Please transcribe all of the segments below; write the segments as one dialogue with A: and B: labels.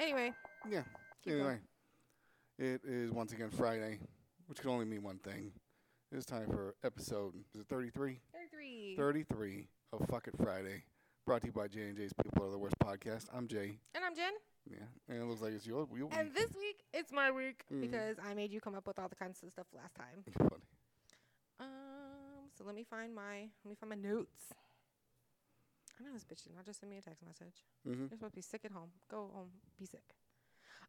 A: Anyway,
B: Yeah.
A: Keep
B: anyway,
A: going.
B: it is once again Friday, which can only mean one thing. It's time for episode is it 33?
A: 33.
B: 33 of Fuck It Friday, brought to you by J and J's People Are the Worst podcast. I'm Jay.
A: And I'm Jen.
B: Yeah, and it looks like it's your. your
A: And this week, it's my week
B: Mhm.
A: because I made you come up with all the kinds of stuff last time.
B: funny.
A: Um, so let me find my let me find my notes. I know this bitch did not just send me a text message.
B: Mhm.
A: You're supposed to be sick at home. Go home, be sick.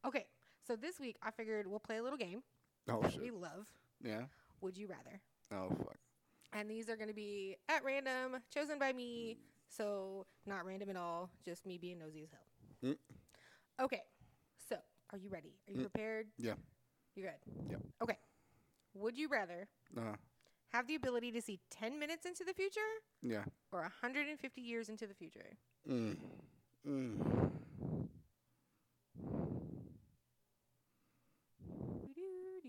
A: Okay, so this week I figured we'll play a little game
B: Oh
A: we
B: shit.
A: love.
B: Yeah.
A: Would you rather?
B: Oh fuck.
A: And these are going to be at random, chosen by me. So not random at all, just me being nosy as hell.
B: Mm.
A: Okay, so are you ready? Are you prepared?
B: Yeah.
A: You good?
B: Yep.
A: Okay. Would you rather
B: Uh,
A: have the ability to see 10 minutes into the future
B: yeah. Mm.
A: or 150 years into the future?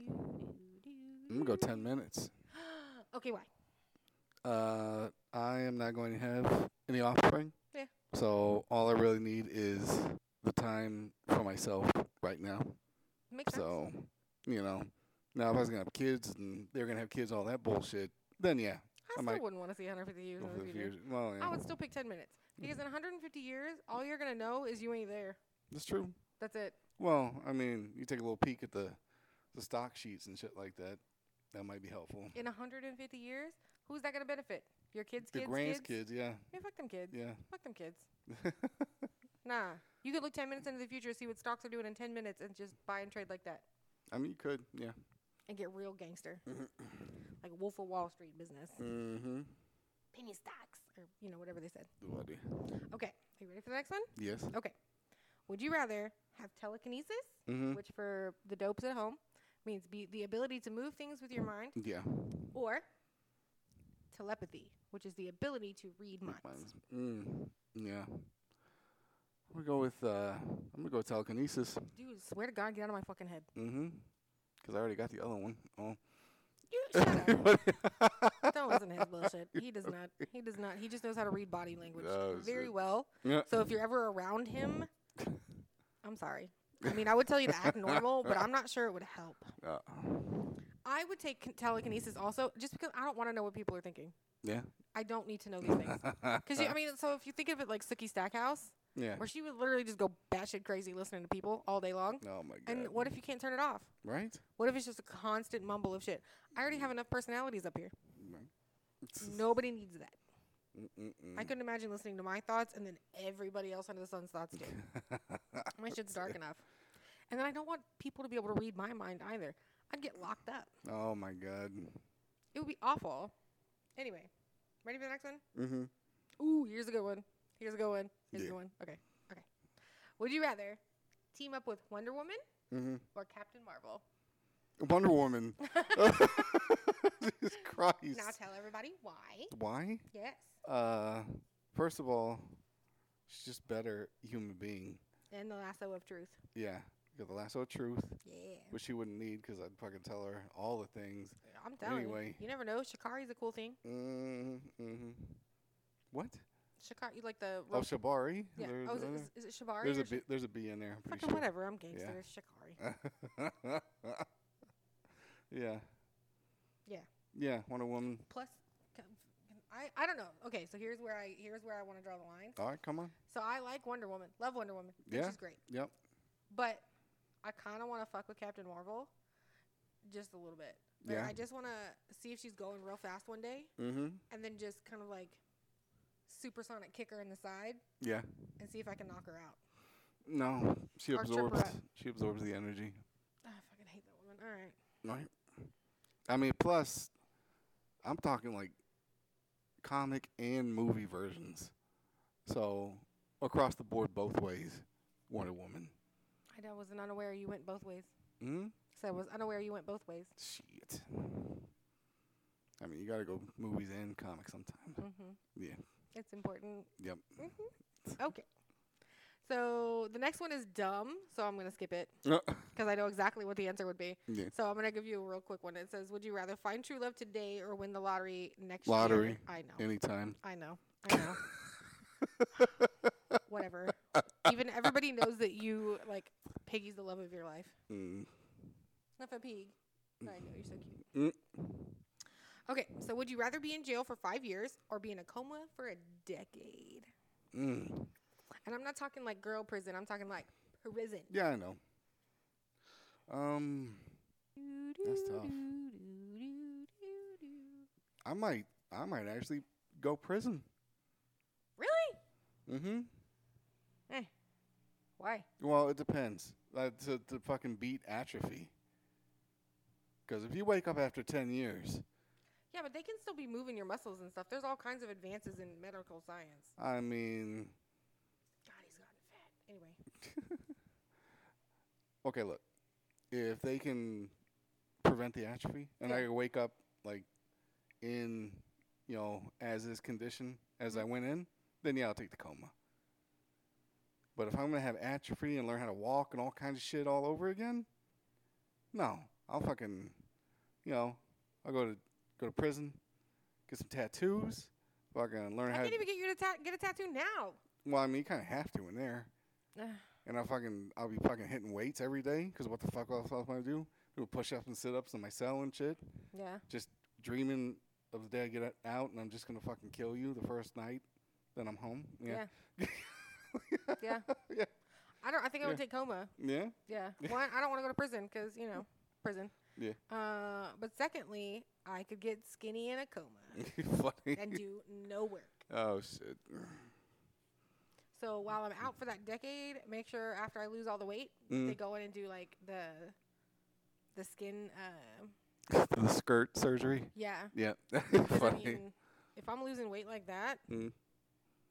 B: I'm gonna go 10 minutes.
A: Okay, why?
B: Uh, I am not going to have any offspring.
A: Yeah.
B: So all I really need is the time for myself right now.
A: Makes sense.
B: So, you know, now if I was gonna have kids and they were gonna have kids, all that bullshit, then yeah,
A: I still wouldn't want to see 150 years
B: go
A: into
B: for
A: the
B: the
A: future.
B: future. Well, yeah,
A: I would still pick 10 minutes because in 150 years, all you're going to know is you ain't there.
B: that's true.
A: That's it.
B: Well, I mean, you take a little peek at the the stock sheets and shit like that. That might be helpful.
A: In 150 years, who's that going to benefit? Your kids,
B: The
A: kids,
B: grandkids,
A: kids?
B: yeah,
A: Yeah, fuck them kids.
B: yeah.
A: Fuck them kids. nah. You could look 10 minutes into the future, see what stocks are doing in 10 minutes, and just buy and trade like that
B: I mean, you could, yeah.
A: and get real gangster. like Wolf of Wall Street business.
B: Mm-hmm.
A: Penny stocks, or, you know, whatever they said.
B: Bloody.
A: Okay. Are you ready for the next one?
B: Yes.
A: Okay. Would you rather have telekinesis,
B: Mhm.
A: which for the dopes at home means be the ability to move things with your mind,
B: Yeah.
A: or telepathy, which is the ability to read minds?
B: Mm, yeah. I'm gonna go with uh, I'm gonna go with telekinesis.
A: Dude, swear to God, get out of my fucking head.
B: Mm-hmm. Cause I already got the other one. Oh.
A: You shut up. Don't listen to his bullshit. He does not. He does not. He just knows how to read body language
B: Oh,
A: very
B: shit.
A: well.
B: Yeah.
A: So if you're ever around him, I'm sorry. I mean, I would tell you to act normal, but I'm not sure it would help.
B: Uh,
A: I would take kin- telekinesis also, just because I don't want to know what people are thinking.
B: yeah.
A: I don't need to know these things. Because I mean, so if you think of it like Sookie Stackhouse,
B: Yeah.
A: where she would literally just go batshit crazy listening to people all day long.
B: Oh my god.
A: And what if you can't turn it off?
B: Right.
A: What if it's just a constant mumble of shit? I already have enough personalities up here.
B: Right.
A: Nobody needs that. I couldn't imagine listening to my thoughts and then everybody else under the sun's thoughts too. my shit's dark enough. And then I don't want people to be able to read my mind either. I'd get locked up.
B: Oh my god.
A: It would be awful. Anyway, ready for the next one?
B: Mm-hmm.
A: Ooh, here's a good one. Here's a good one. Here's a
B: Yeah.
A: good one. Okay. Okay. Would you rather team up with Wonder Woman or Captain Marvel?
B: Mm-hmm. Wonder Woman. Jesus Christ.
A: Now tell everybody why.
B: Why?
A: Yes.
B: Uh, first of all, she's just better human being.
A: And the lasso of truth.
B: Yeah. You got the lasso of truth,
A: Yeah.
B: which she wouldn't need because I'd fucking tell her all the things.
A: I'm telling you.
B: Anyway.
A: You never know. Shikari's a cool thing.
B: Mm-hmm. What?
A: Shikari, like the.
B: Oh, Shabari?
A: yeah.
B: There-
A: oh, is, it,
B: there-
A: is, is it Shibari?
B: there's
A: or
B: a B, there's a B in there. I'm pretty
A: Fucking
B: sure.
A: whatever. I'm gangster.
B: Yeah.
A: It's Shikari.
B: Yeah.
A: yeah.
B: Yeah. Wonder Woman.
A: Plus, can- can- I I don't know. Okay, so here's where I here's where I want to draw the line.
B: All right, come on.
A: So I like Wonder Woman. Love Wonder Woman. Think
B: Oh. Yeah.
A: She's great.
B: Yep.
A: But I kind of want to fuck with Captain Marvel, just a little bit. Like,
B: Yeah.
A: I just want to see if she's going real fast one day,
B: Mm-hmm.
A: and then just kind of like supersonic kick her in the side
B: Yeah.
A: and see if I can knock her out.
B: No, she
A: Or trip her
B: absorbs.
A: up.
B: She absorbs the energy.
A: Ah, I fucking hate that woman. All right.
B: Right. I mean, plus, I'm talking like comic and movie versions. So across the board, both ways, Wonder Woman.
A: I know, I wasn't unaware you went both ways.
B: Hmm.
A: So I was unaware you went both ways.
B: Shit. I mean, you gotta go movies and comics sometime. Yeah.
A: Mm-hmm. It's important. Mm-hmm.
B: Yep.
A: Okay. So the next one is dumb, so I'm going to skip it because I know exactly what the answer would be.
B: Yeah.
A: So I'm going to give you a real quick one. It says, Would you rather find true love today or win the lottery next
B: Lottery.
A: year? I know.
B: Anytime.
A: I know. I know. Whatever. Even everybody knows that you like Piggy's the love of your life.
B: Mm.
A: Not a pig. I know you're so cute.
B: Mm.
A: Okay, so would you rather be in jail for five years or be in a coma for a decade?
B: Mm.
A: And I'm not talking like girl prison. I'm talking like prison.
B: Yeah, I know. Um, That's tough. I might, I might actually go prison.
A: Really?
B: Mm-hmm.
A: Why?
B: Well, it depends. Like to, to fucking beat atrophy. Because if you wake up after ten years,
A: Yeah, but they can still be moving your muscles and stuff. There's all kinds of advances in medical science.
B: I mean,
A: God, he's gotten fat. Anyway,
B: okay, look, if they can prevent the atrophy, and I
A: Yeah.
B: wake up like in, you know, as is condition as
A: Mm-hmm.
B: I went in, then yeah, I'll take the coma. But if I'm gonna have atrophy and learn how to walk and all kinds of shit all over again, no, I'll fucking, you know, I'll go to go to prison, get some tattoos, fucking learn
A: I
B: how.
A: can't
B: to,
A: even get you to ta- get a tattoo now.
B: well, I mean, you kind of have to in there.
A: Ugh.
B: And I fucking, I'll be fucking hitting weights every day because what the fuck else am I gonna do? Do push ups and sit ups in my cell and shit.
A: Yeah.
B: Just dreaming of the day I get o- out and I'm just gonna fucking kill you the first night that I'm home. Yeah. Yeah.
A: Yeah.
B: yeah.
A: I don't. I think I would take coma.
B: Yeah.
A: Yeah. One, I don't want to go to prison because you know prison.
B: Yeah.
A: Uh, but secondly, I could get skinny in a coma
B: Funny.
A: and do no work.
B: Oh shit.
A: So while I'm out for that decade, make sure after I lose all the weight, they
B: Mm.
A: go in and do like the the skin. Uh,
B: the skirt surgery.
A: yeah.
B: Yeah.
A: 'Cause, I
B: Funny.
A: mean, if I'm losing weight like that,
B: Mm.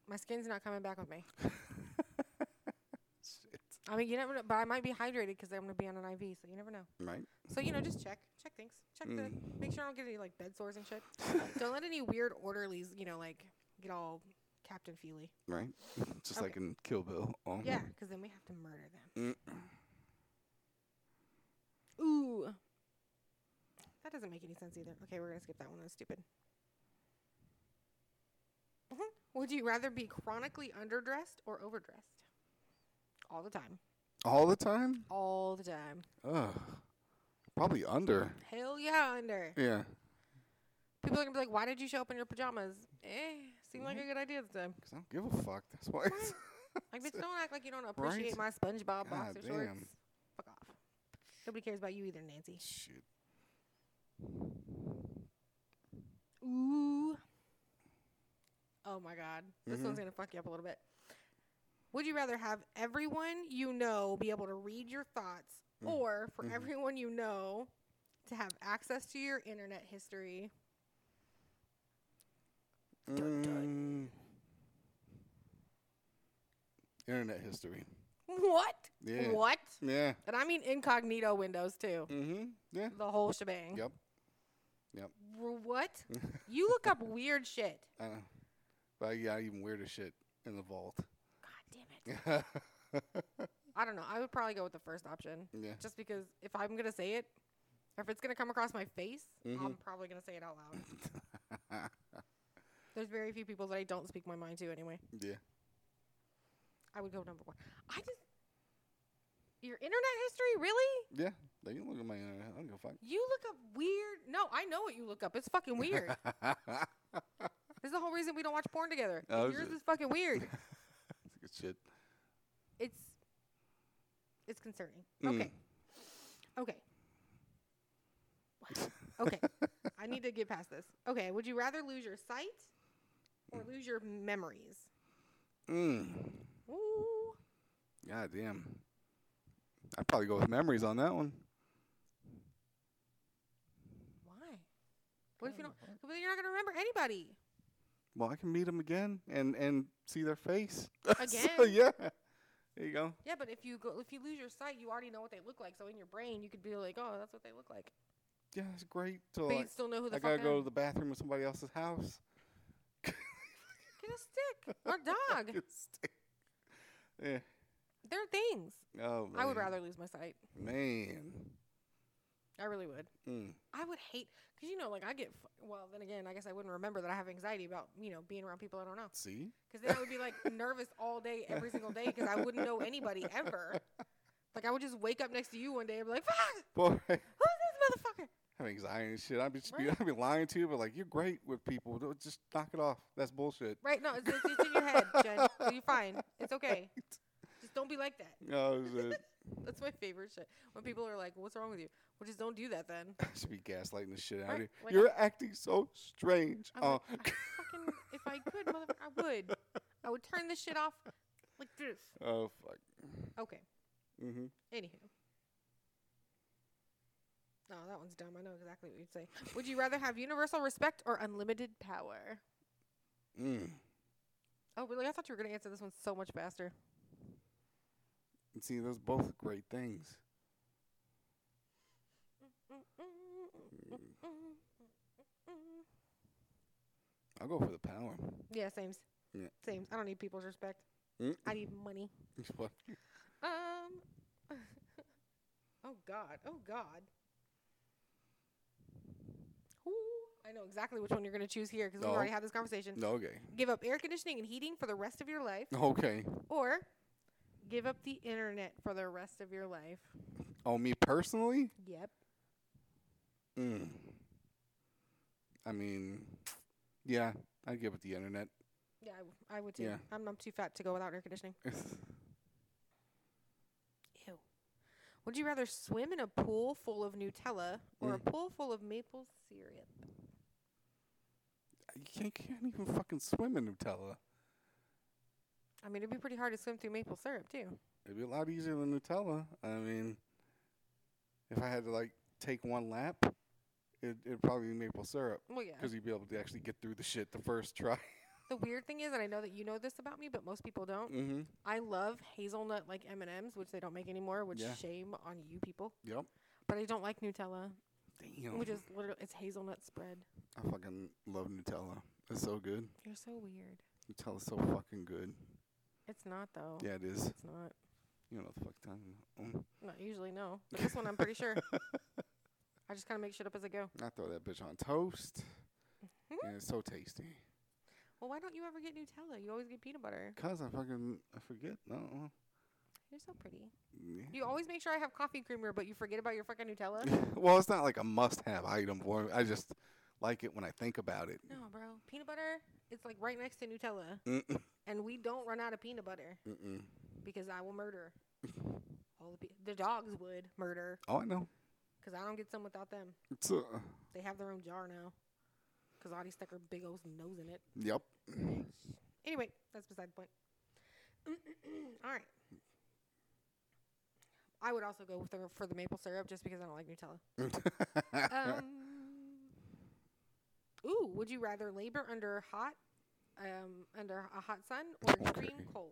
A: my skin's not coming back with me.
B: Shit.
A: I mean, you never know, but I might be hydrated because I'm going to be on an IV, so you never know.
B: Right.
A: So, you know, just check, check things, check the,
B: Mm.
A: make sure I don't get any like bed sores and shit. don't let any weird orderlies, you know, like get all Captain Feely.
B: Right. Just
A: Okay.
B: like in Kill Bill. Oh.
A: Yeah, because then we have to murder them.
B: Mm.
A: Ooh. That doesn't make any sense either. Okay, we're going to skip that one. That's stupid. Mhm. Would you rather be chronically underdressed or overdressed? All the time.
B: All the time.
A: All the time.
B: Ugh. Probably under.
A: Hell yeah, under.
B: Yeah.
A: People are gonna be like, "Why did you show up in your pajamas?" Eh, seemed like a good idea this time.
B: Cause I don't give a fuck. That's why. it's-
A: Like, bitch, don't act like you don't appreciate my SpongeBob boxer
B: God
A: shorts.
B: damn.
A: Fuck off. Nobody cares about you either, Nancy.
B: Shit.
A: Ooh. Oh my God, this one's
B: Mhm.
A: gonna fuck you up a little bit. Would you rather have everyone you know be able to read your thoughts,
B: Mm.
A: or for
B: Mhm.
A: everyone you know to have access to your internet history?
B: Mm. Internet history.
A: What?
B: Yeah.
A: What?
B: Yeah.
A: And I mean incognito windows too.
B: Mm-hmm. Yeah.
A: The whole shebang.
B: Yep.
A: R- What? You look up weird shit.
B: I know. But yeah, even weirder shit in the vault.
A: God damn it.
B: yeah.
A: I don't know. I would probably go with the first option. Just because if I'm going to say it, if it's going to come across my face,
B: Mhm.
A: I'm probably going to say it out loud. There's very few people that I don't speak my mind to anyway.
B: yeah.
A: I would go number one. I just. Your internet history? Really?
B: Yeah. They can look at my internet. I don't give a fuck.
A: You look up weird. No, I know what you look up. It's fucking weird. this is the whole reason we don't watch porn together.
B: Oh,
A: Yours
B: shit.
A: is fucking weird.
B: Good shit.
A: it's it's concerning.
B: Mm.
A: Okay. Okay. Wow. Okay. I need to get past this. Okay, would you rather lose your sight or lose your memories?
B: Mm.
A: Ooh.
B: God damn. I'd probably go with memories on that one.
A: Why? What if you don't well, then you're not gonna remember anybody?
B: Well, I can meet them again and and see their face. so,
A: Again?
B: yeah. There you go.
A: Yeah, but if you go if you lose your sight, you already know what they look like. So in your brain you could be like, Oh, that's what they look like.
B: Yeah, it's great. To
A: But
B: like,
A: you still know who the
B: I
A: fuck
B: gotta
A: they
B: go
A: are.
B: to the bathroom at somebody else's house.
A: Get a stick or a dog.
B: Just- yeah.
A: They're things.
B: Eh, Oh man.
A: I would rather lose my sight.
B: Man.
A: I really would.
B: Mm.
A: I would hate because you know, like I get f- well. Then again, I guess I wouldn't remember that I have anxiety about you know being around people I don't know.
B: See?
A: Because then I would be like nervous all day, every single day, because I wouldn't know anybody ever. Like I would just wake up next to you one day and be like, "Fuck,
B: Boy, I
A: who's this motherfucker?"
B: have anxiety and shit. I'd be, just be,
A: Right.
B: I'd be lying to you, but like, you're great with people. Don't- Just knock it off. That's bullshit.
A: Right? No, it's, it's, it's in your head, Jen. You're fine. It's okay. Just don't be like that.
B: Oh, shit.
A: That's my favorite shit. When people are like, "What's wrong with you?" Well, just don't do that then.
B: I should be gaslighting the shit out
A: Right,
B: of you.
A: like-
B: You're acting so strange.
A: I'm
B: Oh,
A: like, I fucking, if I could, motherfucker, I would. I would turn this shit off like this.
B: oh fuck.
A: Okay.
B: hmm
A: Anywho. No, that one's dumb. I know exactly what you'd say. Would you rather have universal respect or unlimited power?
B: Mm.
A: Oh, really? I thought you were going to answer this one so much faster.
B: And See, those both great things. I'll go for the power.
A: Yeah, sames.
B: Yeah.
A: Sames. I don't need people's respect.
B: Mm.
A: I need money.
B: Fuck.
A: Um. oh God. Oh God. Ooh, I know exactly which one you're going to choose here because
B: No.
A: we already had this conversation.
B: No, okay.
A: Give up air conditioning and heating for the rest of your life,
B: Okay.
A: or give up the internet for the rest of your life.
B: Oh, me personally?
A: Yep.
B: Mm. I mean, yeah, I'd give it the internet.
A: Yeah, I, w- I would too.
B: Yeah.
A: I'm, I'm too fat to go without air conditioning. Ew. Would you rather swim in a pool full of Nutella or
B: Mm.
A: a pool full of maple syrup?
B: you can't, can't even fucking swim in Nutella.
A: I mean, it'd be pretty hard to swim through maple syrup too.
B: It'd be a lot easier than Nutella. I mean, if I had to like take one lap, it, it'd probably be maple syrup
A: Well, yeah.
B: because you'd be able to actually get through the shit the first try.
A: The weird thing is, and I know that you know this about me, but most people don't.
B: mm-hmm.
A: I love hazelnut like M and M's, which they don't make anymore. Which
B: Yeah.
A: shame on you people.
B: Yep.
A: But I don't like Nutella,
B: Damn.
A: which is literally it's hazelnut spread.
B: I fucking love Nutella. It's so good.
A: You're so weird.
B: Nutella's so fucking good.
A: It's not though.
B: Yeah, it is.
A: It's not.
B: You know what the fuck time. Mm.
A: Not usually no, but this one I'm pretty sure. I just kind of make shit up as I go.
B: I throw that bitch on toast.
A: Mm-hmm.
B: and it's so tasty.
A: Well, why don't you ever get Nutella? You always get peanut butter.
B: Cause I fucking I forget. No. uh,
A: You're so pretty.
B: Yeah.
A: You always make sure I have coffee creamer, but you forget about your fucking Nutella.
B: well, it's not like a must-have item for me. I just like it when I think about it.
A: no, bro. Peanut butter, it's like right next to Nutella,
B: Mm-mm.
A: and we don't run out of peanut butter.
B: Mm-mm.
A: because I will murder. All the, pe- the dogs would murder
B: Oh, I know.
A: because I don't get some without them.
B: It's uh, a,
A: They have their own jar now because Audie stuck her big old nose in it.
B: yep.
A: Anyway, that's beside the point. All right. I would also go with the, for the maple syrup just because I don't like Nutella. Um, ooh, would you rather labor under hot, um, under a hot sun or extreme
B: Okay.
A: cold?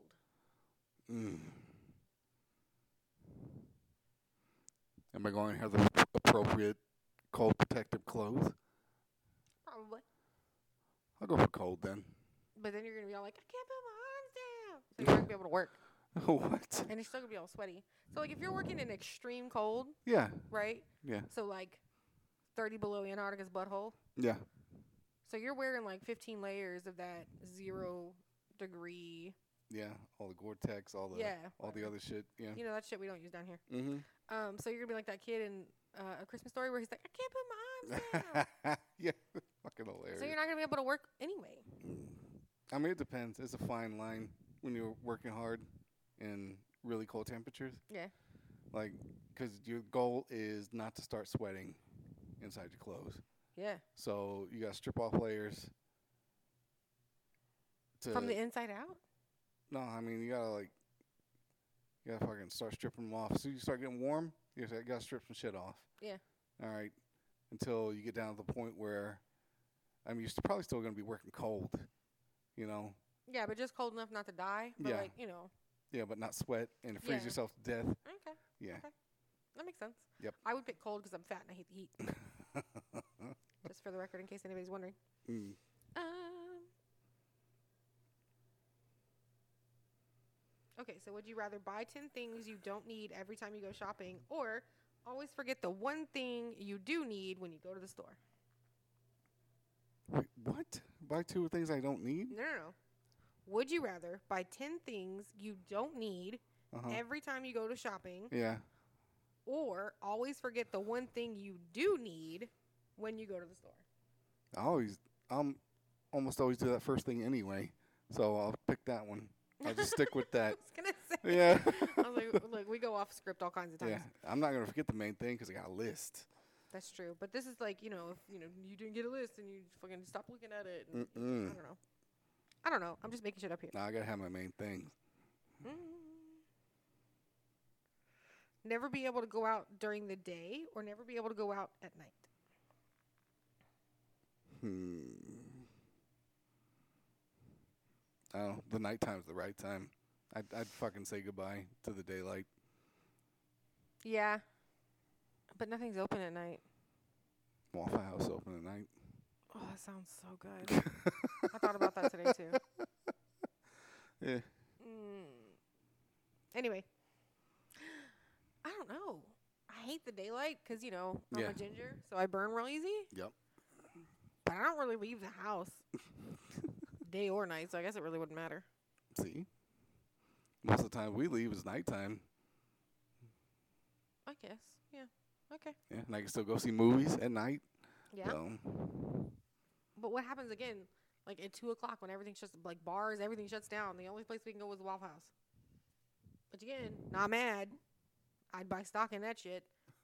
B: mm. Am I going to have the appropriate cold protective clothes?
A: Probably.
B: I'll go for cold then.
A: But then you're gonna be all like, I can't put my arms down, so you're not gonna be able to work,
B: what?
A: and you're still gonna be all sweaty. So like, if you're working in extreme cold,
B: Yeah.
A: right?
B: Yeah.
A: So like, 30 below Antarctica's butthole.
B: Yeah.
A: So you're wearing like 15 layers of that zero degree.
B: Yeah. All the Gore-Tex, all the
A: yeah.
B: all the
A: whatever.
B: other shit. Yeah.
A: You know that shit we don't use down here.
B: Mm-hmm.
A: Um. So you're gonna be like that kid in uh, a Christmas story where he's like, I can't put my arms down.
B: yeah, fucking hilarious.
A: so you're not gonna be able to work anyway.
B: I mean, it depends. It's a fine line when you're working hard in really cold temperatures.
A: Yeah.
B: Like, because your goal is not to start sweating inside your clothes.
A: Yeah.
B: So you got to strip off layers. To
A: From the inside out.
B: no, I mean you gotta like, you gotta fucking start stripping them off. So you start getting warm. You gotta gotta strip some shit off.
A: Yeah.
B: All right. Until you get down to the point where, I mean, you're st- probably still gonna be working cold. You know.
A: Yeah, but just cold enough not to die. But
B: Yeah.
A: like, you know.
B: Yeah, but not sweat and freeze
A: Yeah.
B: yourself to death.
A: Okay.
B: Yeah.
A: That makes sense.
B: Yep.
A: I would pick cold because I'm fat and I hate the heat. Just for the record, in case anybody's wondering.
B: Mm.
A: Um. Okay, so would you rather buy 10 things you don't need every time you go shopping or Always forget the one thing you do need when you go to the store.
B: Wait, what? Buy two things I don't need?
A: No, no, no. Would you rather buy 10 things you don't need
B: Uh-huh.
A: every time you go to shopping
B: Yeah.
A: or always forget the one thing you do need when you go to the store?
B: I always, I'm almost always do that first thing anyway. So I'll pick that one. I'll just stick with
A: I
B: that.
A: was going to say.
B: Yeah.
A: I was like, look, we go off script all kinds of times.
B: yeah. I'm not going to forget the main thing because I got a list.
A: That's true. But this is like, you know, if you know, you didn't get a list and you fucking stop looking at it. And I
B: Mm-mm.
A: don't know. I don't know. I'm just making shit up here.
B: Now I got to have my main thing.
A: Mm. Never be able to go out during the day or never be able to go out at night.
B: Hmm. Oh, the nighttime's the right time. I'd, I'd fucking say goodbye to the daylight.
A: Yeah. But nothing's open at night.
B: Waffle House open at night.
A: Oh, that sounds so good. I thought about that today too.
B: Yeah.
A: Mm. Anyway, I don't know. I hate the daylight 'cause you know, I'm
B: Yeah.
A: a ginger, so I burn real easy.
B: Yep.
A: But I don't really leave the house day or night, so I guess it really wouldn't matter.
B: See? Most of the time we leave is nighttime.
A: I guess. Yeah. Okay.
B: Yeah. And I can still go see movies at night.
A: Yeah.
B: So,
A: But what happens again, like at two o'clock when everything shuts, like bars, everything shuts down. The only place we can go is the Waffle House. Which again, not mad. I'd buy stock in that shit,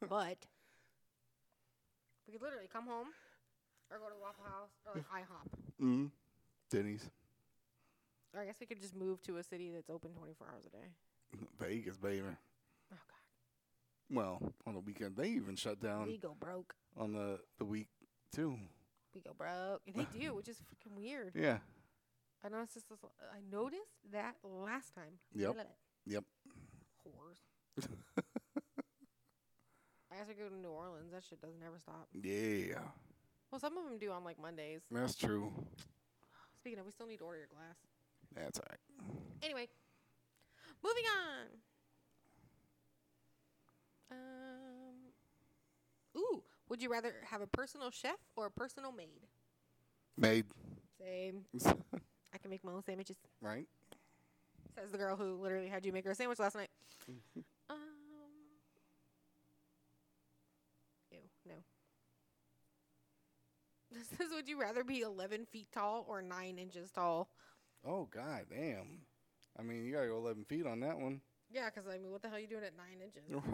A: but we could literally come home or go to the Waffle House or like IHOP.
B: mm, Denny's.
A: Or I guess we could just move to a city that's open 24 hours a day.
B: Vegas, baby.
A: Oh God,
B: Well, on the weekend, they even shut
A: we
B: down
A: go broke.
B: on the, the week, too.
A: We go broke. And they do, which is freaking weird.
B: Yeah.
A: I noticed this. this I noticed that last time.
B: Yep.
A: Look at it.
B: Yep.
A: Whores. I guess we go to New Orleans. That shit doesn't ever stop.
B: Yeah.
A: Well, some of them do on like Mondays.
B: That's true.
A: Speaking of, we still need to order your glass.
B: That's all right.
A: Anyway, moving on. Um. Ooh, would you rather have a personal chef or a personal maid?
B: Made.
A: Same. I can make my own sandwiches.
B: right?
A: Says the girl who literally had you make her a sandwich last night. um, ew, no. This is would you rather be 11 feet tall or 9 inches tall?
B: Oh god damn. I mean you gotta go eleven feet on that one.
A: Yeah, 'cause I mean, what the hell are you doing at 9 inches?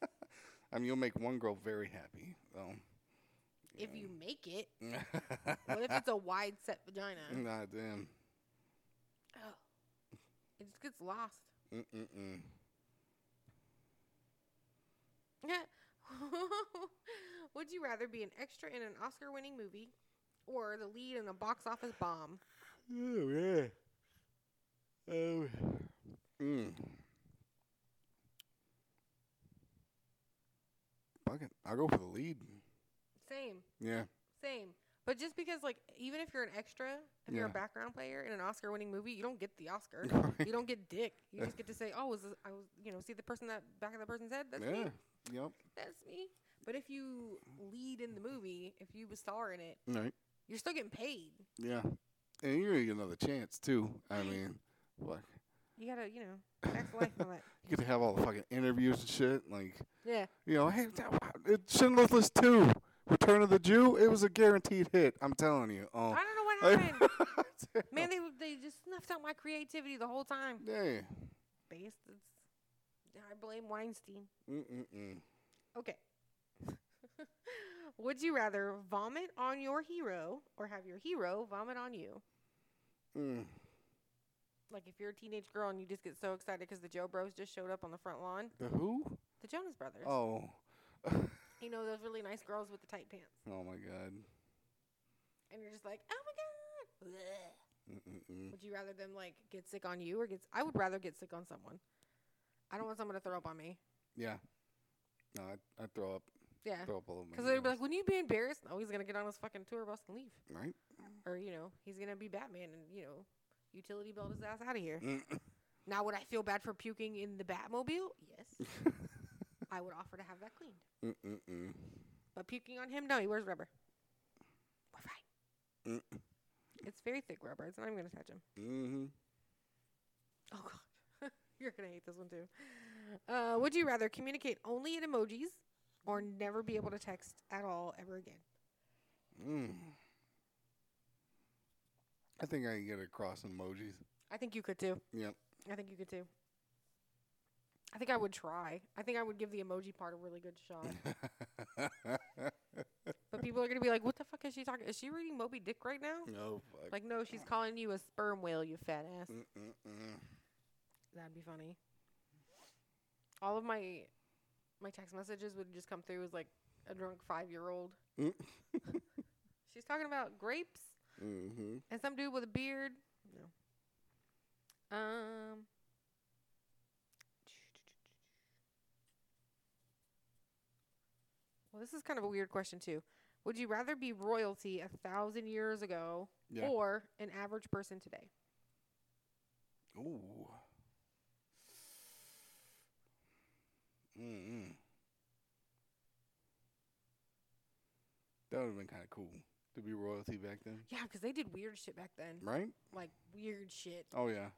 B: Right. I mean you'll make one girl very happy, though.
A: If you make it,
B: what
A: what if it's a wide set vagina?
B: Nah damn.
A: Oh. It just gets lost.
B: Mm mm mm.
A: would you rather be an extra in an Oscar winning movie or the lead in a box office bomb?
B: Oh yeah. Oh mm. Fuck it. I'll go for the lead.
A: Same.
B: Yeah.
A: Same. But just because, like, even if you're an extra, if you're a
B: Yeah.
A: background player in an Oscar-winning movie, you don't get the Oscar.
B: Right.
A: you don't get dick. You just get to say, "Oh, was this, I was, you know, see the person that back of the person's head? That's me.
B: yeah. Yep.
A: That's me." But if you lead in the movie, if you star in it,
B: All right.
A: you're still getting paid.
B: Yeah. And you're gonna get another chance too. I
A: Right.
B: mean, fuck.
A: You gotta, you know, back to life on that.
B: You get to have all the fucking interviews and shit. Like,
A: Yeah,
B: you know, hey, that- it, Schindler's List 2, Return of the Jew, it was a guaranteed hit. I'm telling you. Um,
A: I don't know what
B: I-
A: happened. Man, they they just snuffed out my creativity the whole time.
B: yeah.
A: Bastards. I blame Weinstein.
B: Mm-mm-mm.
A: Okay. Would you rather vomit on your hero or have your hero vomit on you?
B: Mm.
A: Like if you're a teenage girl and you just get so excited because the Joe Bros just showed up on the front lawn,
B: The who?
A: the Jonas Brothers.
B: Oh. oh
A: You know those really nice girls with the tight pants,
B: my God.
A: and you're just like, oh my god. Bleh.
B: Mm-mm-mm.
A: Would you rather them like get sick on you or get? s- I would rather get sick on someone. I don't want someone to throw up on me.
B: Yeah. No, I, I throw up.
A: Yeah.
B: Throw up all over my
A: Because they'd be
B: hands.
A: like, wouldn't you be embarrassed? No, he's going to get on his fucking tour bus and leave.
B: Right?
A: Or, you know, he's going to be Batman and, you know, utility belt his ass out of here.
B: Mm.
A: Now, would I feel bad for puking in the Batmobile? Yes. I would offer to have that cleaned.
B: Mm-mm-mm.
A: But puking on him, no, he wears rubber. We're fine.
B: Mm.
A: It's very thick rubber. It's not even going to touch him.
B: Mm-hmm.
A: Oh god. You're gonna hate this one too. Uh, would you rather communicate only in emojis or never be able to text at all ever again?
B: Mm. I think I can get across emojis.
A: I think you could too.
B: Yep.
A: I think you could too. I think I would try. I think I would give the emoji part a really good shot. but people are gonna be like, "What the fuck is she talking? Is she reading Moby Dick right now?"
B: no Oh, fuck.
A: Like, no,
B: eh.
A: she's calling you a sperm whale, you fat ass.
B: Mm. Mm-mm-mm.
A: That'd be funny. All of my my text messages would just come through as like a drunk five year old.
B: Mm.
A: She's talking about grapes
B: Mm-hmm.
A: and some dude with a beard. No. Um. Well, this is kind of a weird question too. Would you rather be royalty a thousand years ago
B: Yeah.
A: or an average person today?
B: Ooh. Mm-mm. That would have been kind of cool to be royalty back then,
A: Yeah, because they did weird shit back then.
B: right?
A: Like weird shit.
B: Oh yeah,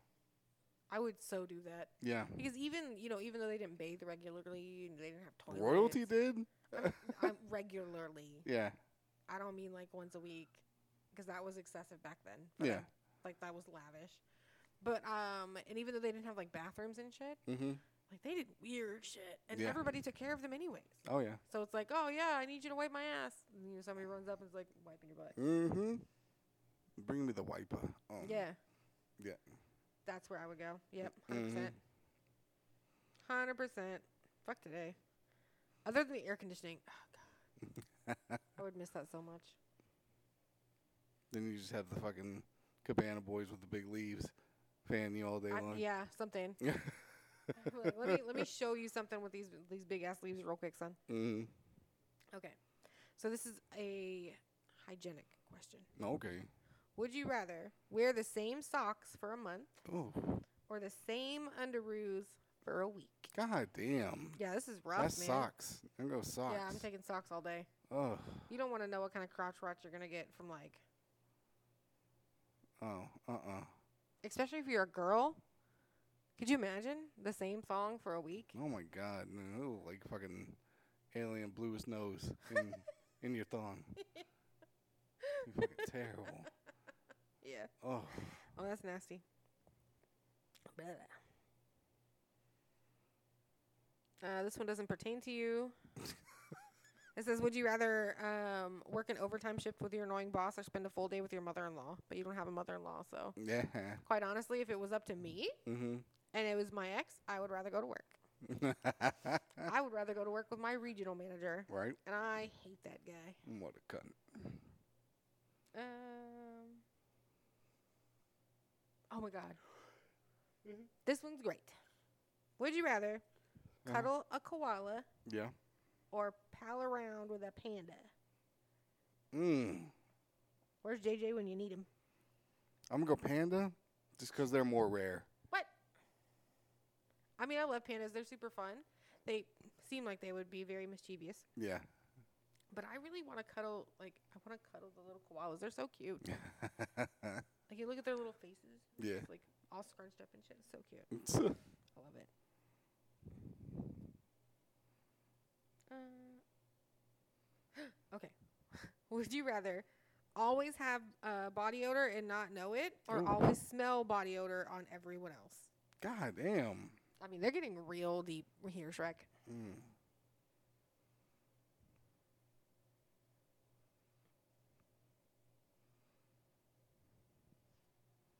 A: I would so do that
B: yeah.
A: because even you know even though they didn't bathe regularly and they didn't have toilets.
B: Royalty did.
A: I'm regularly.
B: yeah,
A: I don't mean like once a week because that was excessive back then. but,
B: Yeah.
A: like, like that was lavish. But um, and even though they didn't have like bathrooms and shit,
B: Mm-hmm.
A: like they did weird shit, and
B: Yeah.
A: everybody took care of them anyways.
B: Oh yeah.
A: So it's like, oh yeah, I need you to wipe my ass. And, you know, somebody runs up and is like, wiping your butt.
B: Mm-hmm. Bring me the wiper. Oh.
A: Yeah.
B: yeah.
A: That's where I would go. Yep, 100%.
B: Mhm.
A: percent 100%. Fuck today. Other than the air conditioning, oh God. I would miss that so much.
B: Then you just have the fucking cabana boys with the big leaves fanning you all day
A: I,
B: long.
A: yeah, something. like, let me let me show you something with these these big ass leaves real quick, son.
B: mm.
A: Okay. So this is a hygienic question.
B: Okay.
A: Would you rather wear the same socks for a month
B: Oh,
A: or the same underoos for a week?
B: god damn.
A: Yeah, this is rough,
B: That's
A: man.
B: socks. I'm gonna go socks.
A: Yeah, I'm taking socks all day.
B: Oh,
A: You don't want to know what kind of crotch rot you're gonna get from like,
B: oh, uh, uh
A: especially if you're a girl. Could you imagine the same thong for a week?
B: Oh my god, man, it'll like fucking alien blew his nose in, in your thong. You fucking terrible.
A: Yeah.
B: Oh,
A: Oh, that's nasty. Blah. Uh, this one doesn't pertain to you. it says, "Would you rather um, work an overtime shift with your annoying boss or spend a full day with your mother-in-law?" But you don't have a mother-in-law, so
B: yeah.
A: quite honestly, if it was up to me
B: Mhm.
A: and it was my ex, I would rather go to work.
B: Uh.
A: I would rather go to work with my regional manager,
B: right?
A: and I hate that guy.
B: What a cunt.
A: Um. Oh my God. This one's great. Would you rather
B: Uh-huh.
A: cuddle a koala
B: Yeah.
A: or pal around with a panda?
B: Mm.
A: Where's JJ when you need him?
B: I'm gonna go panda, just 'cause they're more rare.
A: What? I mean, I love pandas. They're super fun. They seem like they would be very mischievous,
B: Yeah.
A: but I really want to cuddle. Like, I want to cuddle the little koalas. They're so cute. Like, you look at their little faces.
B: Yeah.
A: it's, Like all scrunched up and shit. It's so cute. I love it. Uh, okay. Would you rather always have uh, body odor and not know it, or
B: Ooh.
A: always smell body odor on everyone else?
B: god damn.
A: I mean, they're getting real deep here, Shrek.
B: Mm.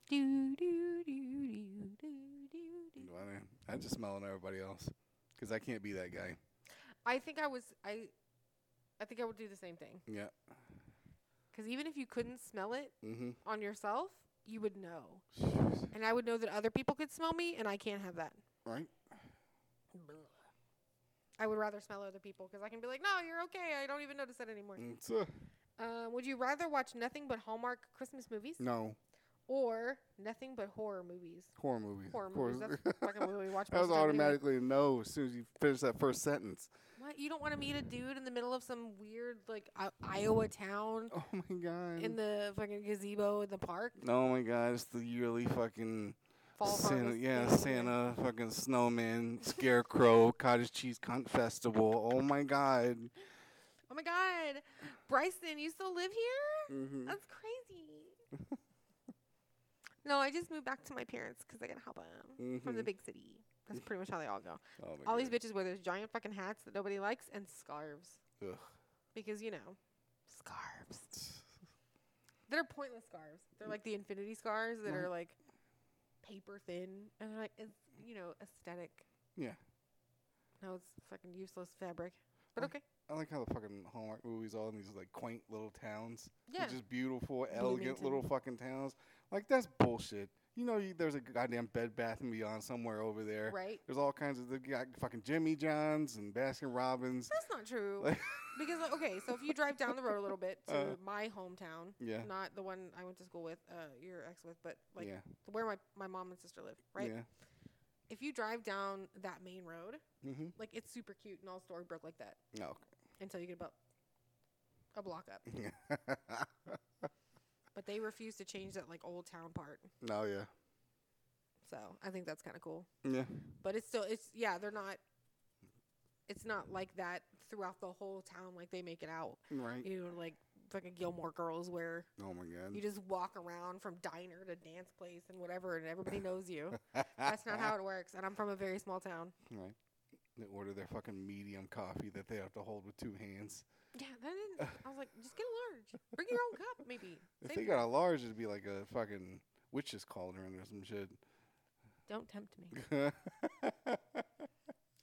A: Do, do, do, do, do, do, do.
B: I mean, I just smell on everybody else, 'cause I can't be that guy.
A: I think I was I. I think I would do the same thing.
B: Yeah.
A: 'Cause even if you couldn't smell it
B: Mm-hmm.
A: on yourself, you would know, and I would know that other people could smell me, and I can't have that.
B: Right?
A: I would rather smell other people because I can be like, no, you're okay. I don't even notice that anymore. Uh,
B: Mm, so-
A: Um, would you rather watch nothing but Hallmark Christmas movies
B: No.
A: or nothing but horror movies.
B: Horror movies.
A: Horror
B: of course.
A: movies. That's fucking what we watch.
B: that
A: most
B: was
A: of the time anyway.
B: automatically a no as soon as you finish that first sentence.
A: What? You don't want to meet a dude in the middle of some weird like I- Iowa town
B: Oh my god.
A: in the fucking gazebo in the park.
B: oh my god, it's the yearly fucking
A: Fall
B: Santa,
A: harvest
B: yeah,
A: thing.
B: Santa, fucking snowman, scarecrow, cottage cheese con festival. Oh my god.
A: Oh my god, Bryson, you still live here?
B: Mm-hmm.
A: That's crazy. no, I just moved back to my parents because I can help them from the big city. That's pretty much how they all go.
B: Mm-hmm. Oh my
A: All these bitches wear those giant fucking hats that nobody likes and scarves
B: Ugh.
A: because you know scarves. They're pointless scarves. They're like the
B: Mm.
A: infinity scars that
B: Right.
A: are like paper thin and they're like it's you know aesthetic.
B: Yeah.
A: No, it's fucking useless fabric. But
B: Oh.
A: okay.
B: I like how the fucking Hallmark movies all in these like quaint little towns. They're
A: Yeah.
B: Just beautiful, elegant
A: Bloomington.
B: little fucking towns. Like that's bullshit. You know, you, there's a goddamn Bed Bath and Beyond somewhere over there.
A: Right.
B: There's all kinds of they got fucking Jimmy Johns and Baskin Robbins.
A: That's not true.
B: Like-
A: because like, okay, so if you drive down the road a little bit to
B: Uh.
A: my hometown,
B: Yeah.
A: not the one I went to school with, uh, your ex with, but like
B: yeah.
A: where my, my mom and sister live, right?
B: Yeah.
A: If you drive down that main road,
B: Mm-hmm.
A: like it's super cute and all Storybrooke like that
B: No.
A: until you get about a block up. But they refuse to change that like old town part.
B: no. Yeah.
A: So I think that's kind of cool.
B: Yeah.
A: But it's still it's yeah, they're not it's not like that throughout the whole town like they make it out.
B: Right.
A: You know, like fucking Gilmore girls where
B: Oh my god.
A: you just walk around from diner to dance place and whatever and everybody knows you. That's not how it works. And I'm from a very small town.
B: Right. They order their fucking medium coffee that they have to hold with two hands.
A: Yeah, that didn't I was like, just get a large. Bring your own cup, maybe.
B: If
A: Save
B: they
A: it.
B: got a large, it'd be like a fucking witch's cauldron or some shit.
A: Don't tempt me.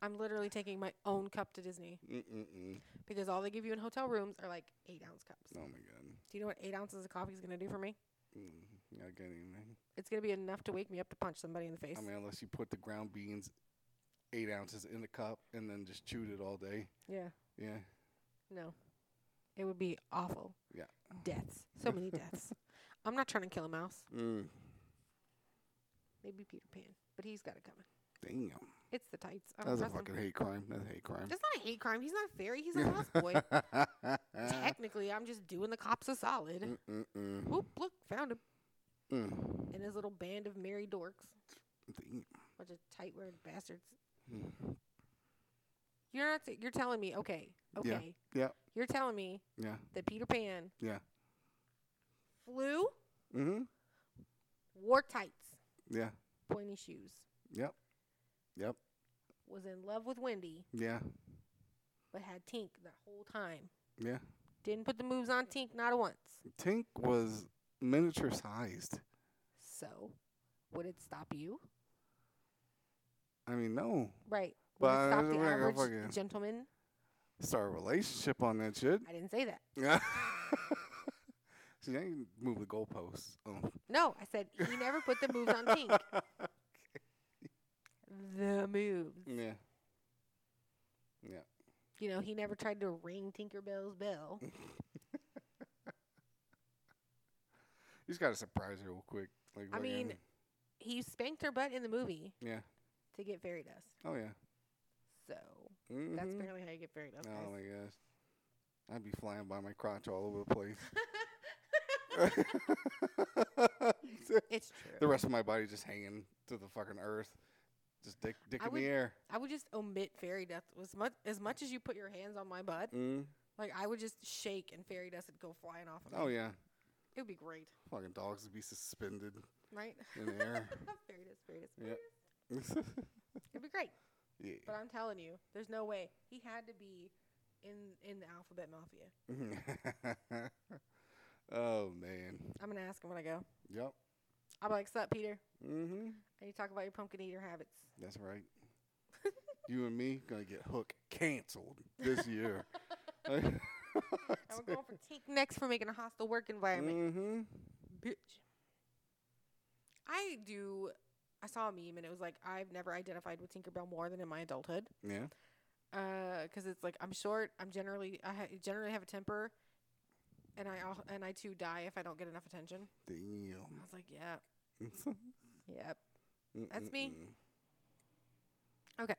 A: I'm literally taking my own cup to Disney
B: Mm-mm-mm.
A: because all they give you in hotel rooms are like eight ounce cups.
B: Oh my god.
A: Do you know what eight ounces of coffee is gonna do for me?
B: Mm, not good evening.
A: It's gonna be enough to wake me up to punch somebody in the face.
B: I mean, unless you put the ground beans, eight ounces in the cup, and then just chewed it all day.
A: yeah.
B: Yeah.
A: No. It would be awful.
B: Yeah.
A: Deaths. So many deaths. I'm not trying to kill a mouse.
B: Mm.
A: Maybe Peter Pan. But he's got it coming.
B: Damn.
A: It's the tights. I don't
B: That's a
A: trust him.
B: fucking hate crime. That's a hate crime.
A: That's not a hate crime. He's not a fairy. He's a lost boy. Technically, I'm just doing the cops a solid.
B: Mm. Mm-mm-mm.
A: Oop, look, found him.
B: Mm.
A: And his little band of merry dorks.
B: Damn.
A: Bunch of tight wearing bastards.
B: Mm.
A: You're not t- you're telling me, okay, okay.
B: Yeah, yeah.
A: You're telling me
B: Yeah.
A: that Peter Pan
B: Yeah.
A: flew,
B: Mm-hmm.
A: wore tights,
B: Yeah.
A: pointy shoes,
B: Yep. Yep.
A: was in love with Wendy,
B: Yeah.
A: but had Tink the whole time.
B: Yeah.
A: Didn't put the moves on Tink not once.
B: Tink was miniature sized.
A: So, would it stop you?
B: I mean, no.
A: Right.
B: But
A: Would it stop the
B: we're gonna
A: average
B: fucking-
A: gentleman?
B: Start a relationship on that shit.
A: I didn't say that.
B: Yeah. See, now you move the goalposts. Oh.
A: No, I said he never put the moves on Tink. The moves.
B: Yeah.
A: You know, he never tried to ring Tinkerbell's bell.
B: You just gotta surprise her real quick. Like
A: I mean-
B: fucking-
A: He spanked her butt in the movie
B: Yeah.
A: to get fairy dust.
B: Oh yeah.
A: So
B: hmm
A: that's apparently how you get fairy dust.
B: Oh
A: guys.
B: my gosh. I'd be flying by my crotch all over the place.
A: It's true.
B: the rest of my body just hanging to the fucking earth. Just dick dick
A: I
B: in
A: would-
B: the air.
A: I would just omit fairy dust as much as much as you put your hands on my butt.
B: Mm.
A: Like I would just shake and fairy dust would go flying off. Of
B: Oh
A: me.
B: yeah.
A: it would be great,
B: Fucking dogs would be suspended
A: right?
B: in the air.
A: fairy dust, fairy dust.
B: Yeah.
A: fairy dust. It'd be great.
B: yeah.
A: But I'm telling you, there's no way he had to be in in the alphabet mafia.
B: oh man.
A: I'm gonna ask him when I go.
B: Yep.
A: I'll be like, "Sup, Peter?"
B: Mm-hmm.
A: And you talk about your pumpkin eater habits.
B: That's right. you and me gonna get hook canceled this year.
A: And we're going for Tink next for making a hostile work environment.
B: mm-hmm.
A: Bitch. I do. I saw a meme and it was like, I've never identified with Tinkerbell more than in my adulthood. Uh,
B: Yeah.
A: Because it's like, I'm short. I'm generally, I ha- generally have a temper. and I al- and I too die if I don't get enough attention. I
B: Damn.
A: was like, yeah, yep. That's me.
B: Mm-mm-mm.
A: Okay.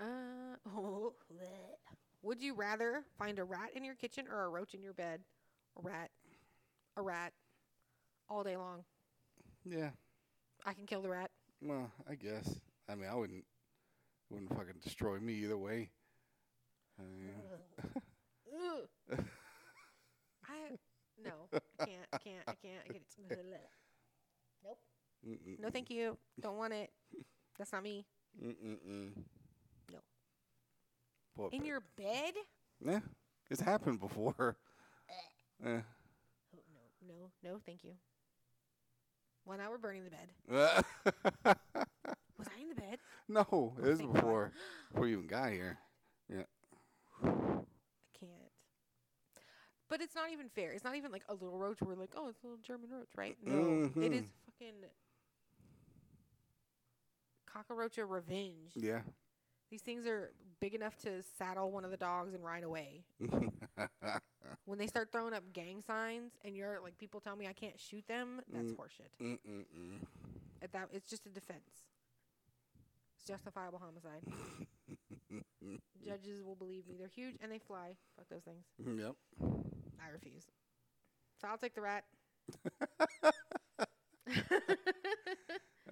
A: Uh, oh, bleh. would you rather find a rat in your kitchen or a roach in your bed? A rat, a rat, all day long.
B: Yeah.
A: I can kill the rat.
B: Well, I guess. I mean, I wouldn't. Wouldn't fucking destroy me either way. I mean,
A: Ugh. I no, I can't, I can't, I can't. I get it. nope.
B: mm-mm-mm.
A: No, thank you. Don't want it. That's not me.
B: Mm-mm-mm.
A: No.
B: Poor
A: In
B: pet.
A: your bed?
B: Yeah, it's happened before. Eh.
A: Oh, no, no, no, thank you. One hour burning the bed. Was I in the bed?
B: no, it was
A: thank God.
B: before before you even got here.
A: I can't. But it's not even fair. It's not even like a little roach. We're like, oh, it's a little German roach, right? No, it is
B: Mhm.
A: fucking cockroacha revenge.
B: Yeah.
A: These things are big enough to saddle one of the dogs and ride away. When they start throwing up gang signs and you're like, people tell me I can't shoot them, that's
B: Mm.
A: horseshit.
B: Mm-mm-mm.
A: At that, it's just a defense. It's justifiable homicide. Judges will believe me. They're huge and they fly. Fuck those things.
B: yep.
A: I refuse. So I'll take the rat.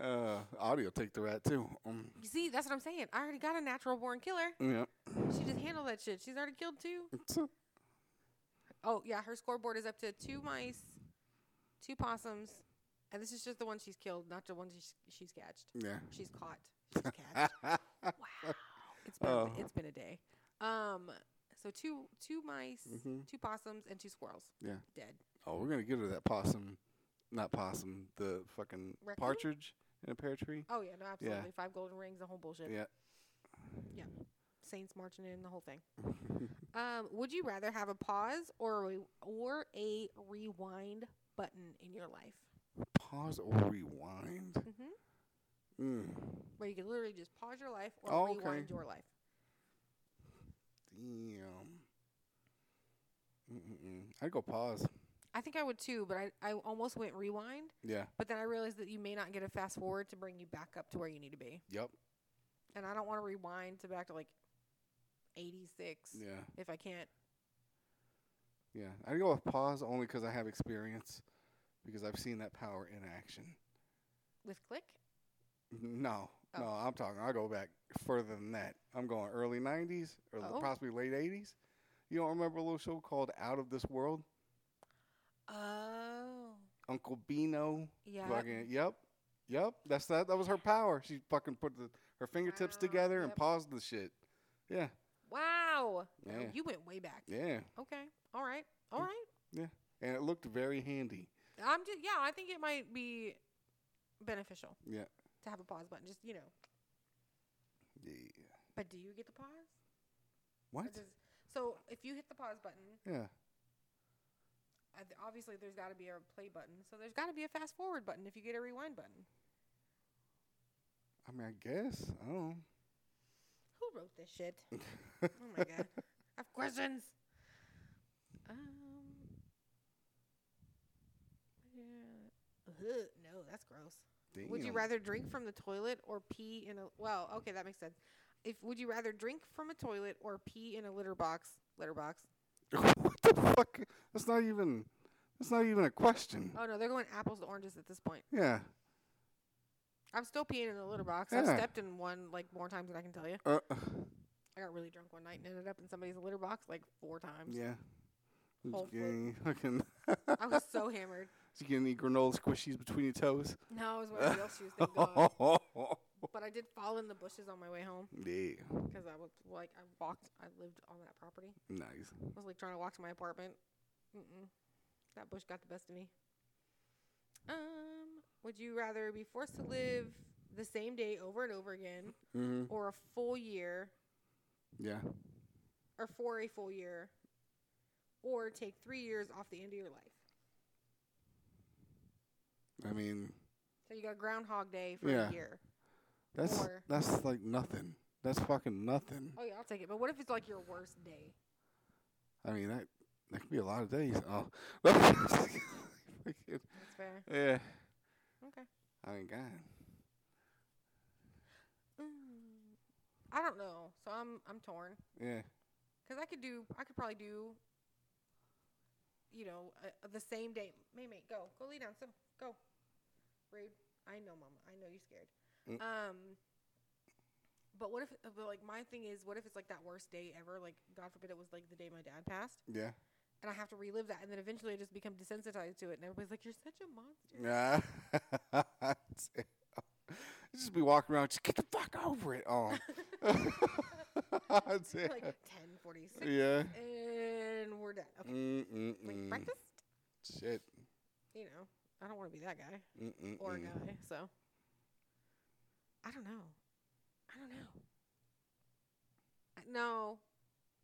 B: Uh, audio take the rat too. Um,
A: You see, that's what I'm saying. I already got a natural born killer.
B: yep.
A: She just handled that shit. She's already killed two.
B: It's-
A: Oh yeah, her scoreboard is up to two mice, two possums, and this is just the one she's killed, not the one she's she's catched.
B: Yeah.
A: She's caught. She's catched. wow, it's been
B: Oh.
A: it's been a day. Um, so two two mice,
B: Mhm.
A: two possums, and two squirrels.
B: Yeah.
A: dead.
B: Oh, we're gonna get her that possum, not possum, the fucking
A: Raccoon?
B: partridge in a pear tree.
A: Oh yeah, no, absolutely. Five golden rings, the whole bullshit.
B: Yeah.
A: Saints marching in, the whole thing. um, would you rather have a pause or a re- or a rewind button in your life,
B: Pause or rewind.
A: hmm
B: Mm.
A: where you could literally just pause your life or
B: Oh, okay.
A: rewind your life?
B: Damn. Mm-mm-mm. I'd go pause.
A: I think I would too, but I, I almost went rewind,
B: Yeah.
A: but then I realized that you may not get a fast forward to bring you back up to where you need to be,
B: Yep.
A: and I don't want to rewind to back to like eighty six
B: Yeah.
A: if I can't.
B: Yeah. I'd go with pause only because I have experience, because I've seen that power in action.
A: With click,
B: No.
A: Oh.
B: No, I'm talking. I'll go back further than that. I'm going early 90s or
A: Oh.
B: possibly late 80s. You don't remember a little show called Out of This World?
A: oh
B: Uncle Beano.
A: yeah,
B: Fucking, yep. Yep. That's that. That was her power. She fucking put the, her fingertips
A: Wow,
B: together and
A: yep.
B: paused the shit. Yeah.
A: wow, Oh,
B: Yeah.
A: you went way back.
B: Yeah.
A: Okay, all right, all
B: Mm.
A: right.
B: And it looked very handy.
A: I'm just yeah, I think it might be beneficial.
B: Yeah.
A: To have a pause button, just you know.
B: Yeah.
A: But do you get the pause? Or
B: What?
A: does- so if you hit the pause button,
B: Yeah.
A: I th- obviously there's got to be a play button. So there's got to be a fast forward button if you get a rewind button.
B: I mean, I guess. I don't know.
A: Who wrote this shit? oh my god, I have questions. Um. Yeah. Ugh, no, that's gross. Would you
B: Damn.
A: rather drink from the toilet or pee in a well, okay, that makes sense. If would you rather drink from a toilet or pee in a litter box? Litter box.
B: what the fuck? That's not even. That's not even a question.
A: Oh no, they're going apples to oranges at this point.
B: Yeah.
A: I'm still peeing in a litter box. I've
B: Yeah.
A: stepped in one like more times than I can tell you.
B: Uh,
A: I got really drunk one night and ended up in somebody's litter box like four times.
B: yeah. Did
A: Whole
B: you get any fucking?
A: I was so hammered.
B: Did you get any granola squishies between your toes?
A: No, I was wearing heel shoes, thank God. But I did fall in the bushes on my way home
B: yeah.
A: because I was like I walked. I lived on that property.
B: Nice.
A: I was like trying to walk to my apartment. Mm-mm. That bush got the best of me. Um, would you rather be forced to live the same day over and over again,
B: hmm
A: or a full year,
B: Yeah.
A: or for a full year, or take three years off the end of your life?
B: I mean,
A: So you got Groundhog Day for
B: Yeah.
A: a year.
B: that's
A: Or-
B: that's like nothing. That's fucking nothing.
A: Oh yeah, I'll take it. But what if it's like your worst day?
B: I mean that that could be a lot of days. Oh, yeah.
A: That's fair. Okay.
B: I mean, God,
A: Mm. I don't know. So I'm I'm torn
B: yeah,
A: cuz I could do I could probably do you know, uh, the same day. Maymay, go. Go lay down. So, go. Rude. I know, mama. I know you're scared.
B: Mm.
A: Um but what if uh, but like my thing is what if it's like that worst day ever? Like God forbid it was like the day my dad passed
B: yeah,
A: and I have to relive that and then eventually I just become desensitized to it and everybody's like you're such a monster.
B: yeah. just be walking around, just get the fuck over it. Oh, That's it.
A: like 10:46
B: yeah.
A: and we're done. Okay.
B: Mm mm
A: Like
B: mm.
A: breakfast?
B: Shit.
A: You know, I don't want to be that guy
B: Mm mm
A: or uh,
B: mm.
A: guy. So I don't know. I don't know. I- No,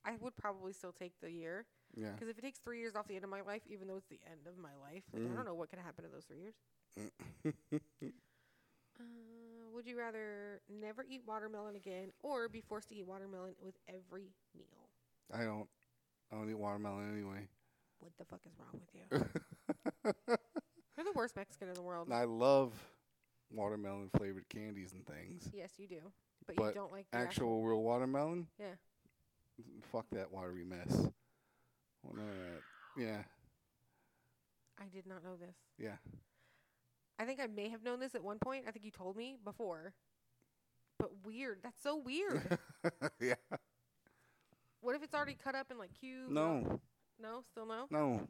A: I would probably still take the year
B: Yeah.
A: because if it takes three years off the end of my life, even though it's the end of my life, like, I
B: Mm.
A: don't know what could happen in those three years. Uh, would you rather never eat watermelon again or be forced to eat watermelon with every meal?
B: I don't. I don't eat watermelon anyway.
A: What the fuck is wrong with you? You're the worst Mexican in the world.
B: And I love watermelon flavored candies and things.
A: Yes, you do, but, you
B: But
A: don't like the actual.
B: Actual real watermelon.
A: Yeah.
B: Fuck that watery mess. Well, none of that. Yeah.
A: I did not know this.
B: Yeah.
A: I think I may have known this at one point. I think you told me before. But weird. That's so weird.
B: yeah.
A: what if it's already cut up in like cubes? and all-
B: No.
A: No, still no?
B: No.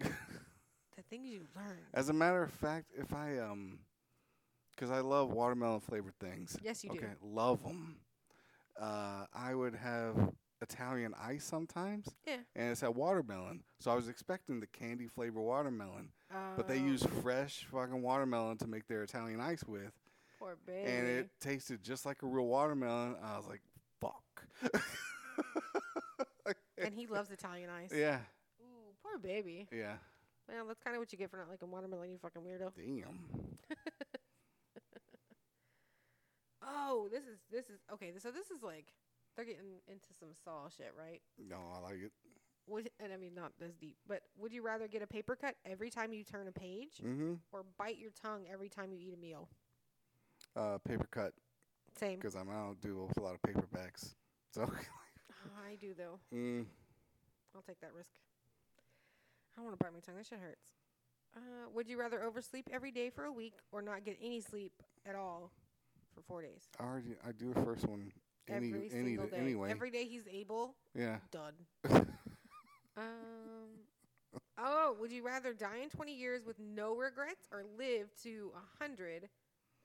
A: The things you learn.
B: As a matter of fact, if I um, because I love watermelon flavored things.
A: Yes, you
B: okay,
A: do.
B: love them. Uh, I would have Italian ice sometimes.
A: Yeah.
B: And it's at watermelon, so I was expecting the candy flavor watermelon, but they
A: Oh,
B: use fresh fucking watermelon to make their Italian ice with,
A: Oh, Poor baby.
B: and it tasted just like a real watermelon. I was like, fuck.
A: And he loves Italian ice.
B: yeah,
A: Ooh, poor baby.
B: yeah.
A: Well, that's kind of what you get for not liking watermelon, you fucking weirdo.
B: Damn.
A: Oh, this is, this is, okay, so this is like, they're getting into some Saul shit, right?
B: No, I like it.
A: Would, and I mean, not this deep, but would you rather get a paper cut every time you turn a page
B: Mm-hmm.
A: or bite your tongue every time you eat a meal?
B: Uh, paper cut
A: Same.
B: because I don't do a lot of paperbacks. So,
A: Oh, I do though.
B: mm,
A: I'll take that risk. I don't want to bite my tongue. That shit hurts. Uh, would you rather oversleep every day for a week or not get any sleep at all for four days?
B: I already I do the first one any
A: every
B: any
A: single day.
B: anyway.
A: Every day he's able,
B: yeah.
A: done. um. Oh, would you rather die in 20 years with no regrets or live to a 100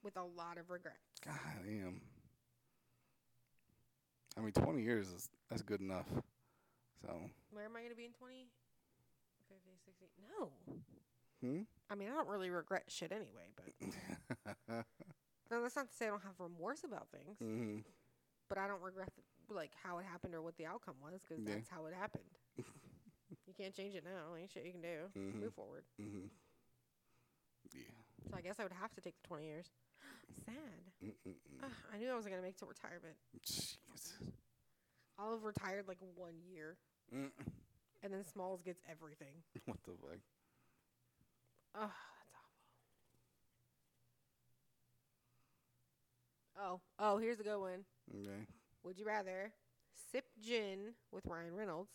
A: with a lot of regrets?
B: God damn. I mean, 20 years is that's good enough. So,
A: Where am I going to be in 20? 50, 60? No.
B: hmm?
A: I mean, I don't really regret shit anyway, but.
B: mm-hmm.
A: Now that's not to say I don't have remorse about things,
B: hmm
A: but I don't regret the, like how it happened or what the outcome was because
B: Yeah.
A: that's how it happened. you can't change it now. Ain't shit you can do.
B: Mhm.
A: Move forward.
B: hmm Yeah.
A: So I guess I would have to take the twenty years. Sad.
B: Mm-mm-mm.
A: Ugh, I knew I wasn't gonna make it to retirement.
B: Jeez.
A: I'll have retired like one year,
B: Mm.
A: and then Smalls gets everything.
B: What the fuck?
A: Ugh, that's awful. Oh, oh, here's a good one.
B: Okay.
A: Would you rather sip gin with Ryan Reynolds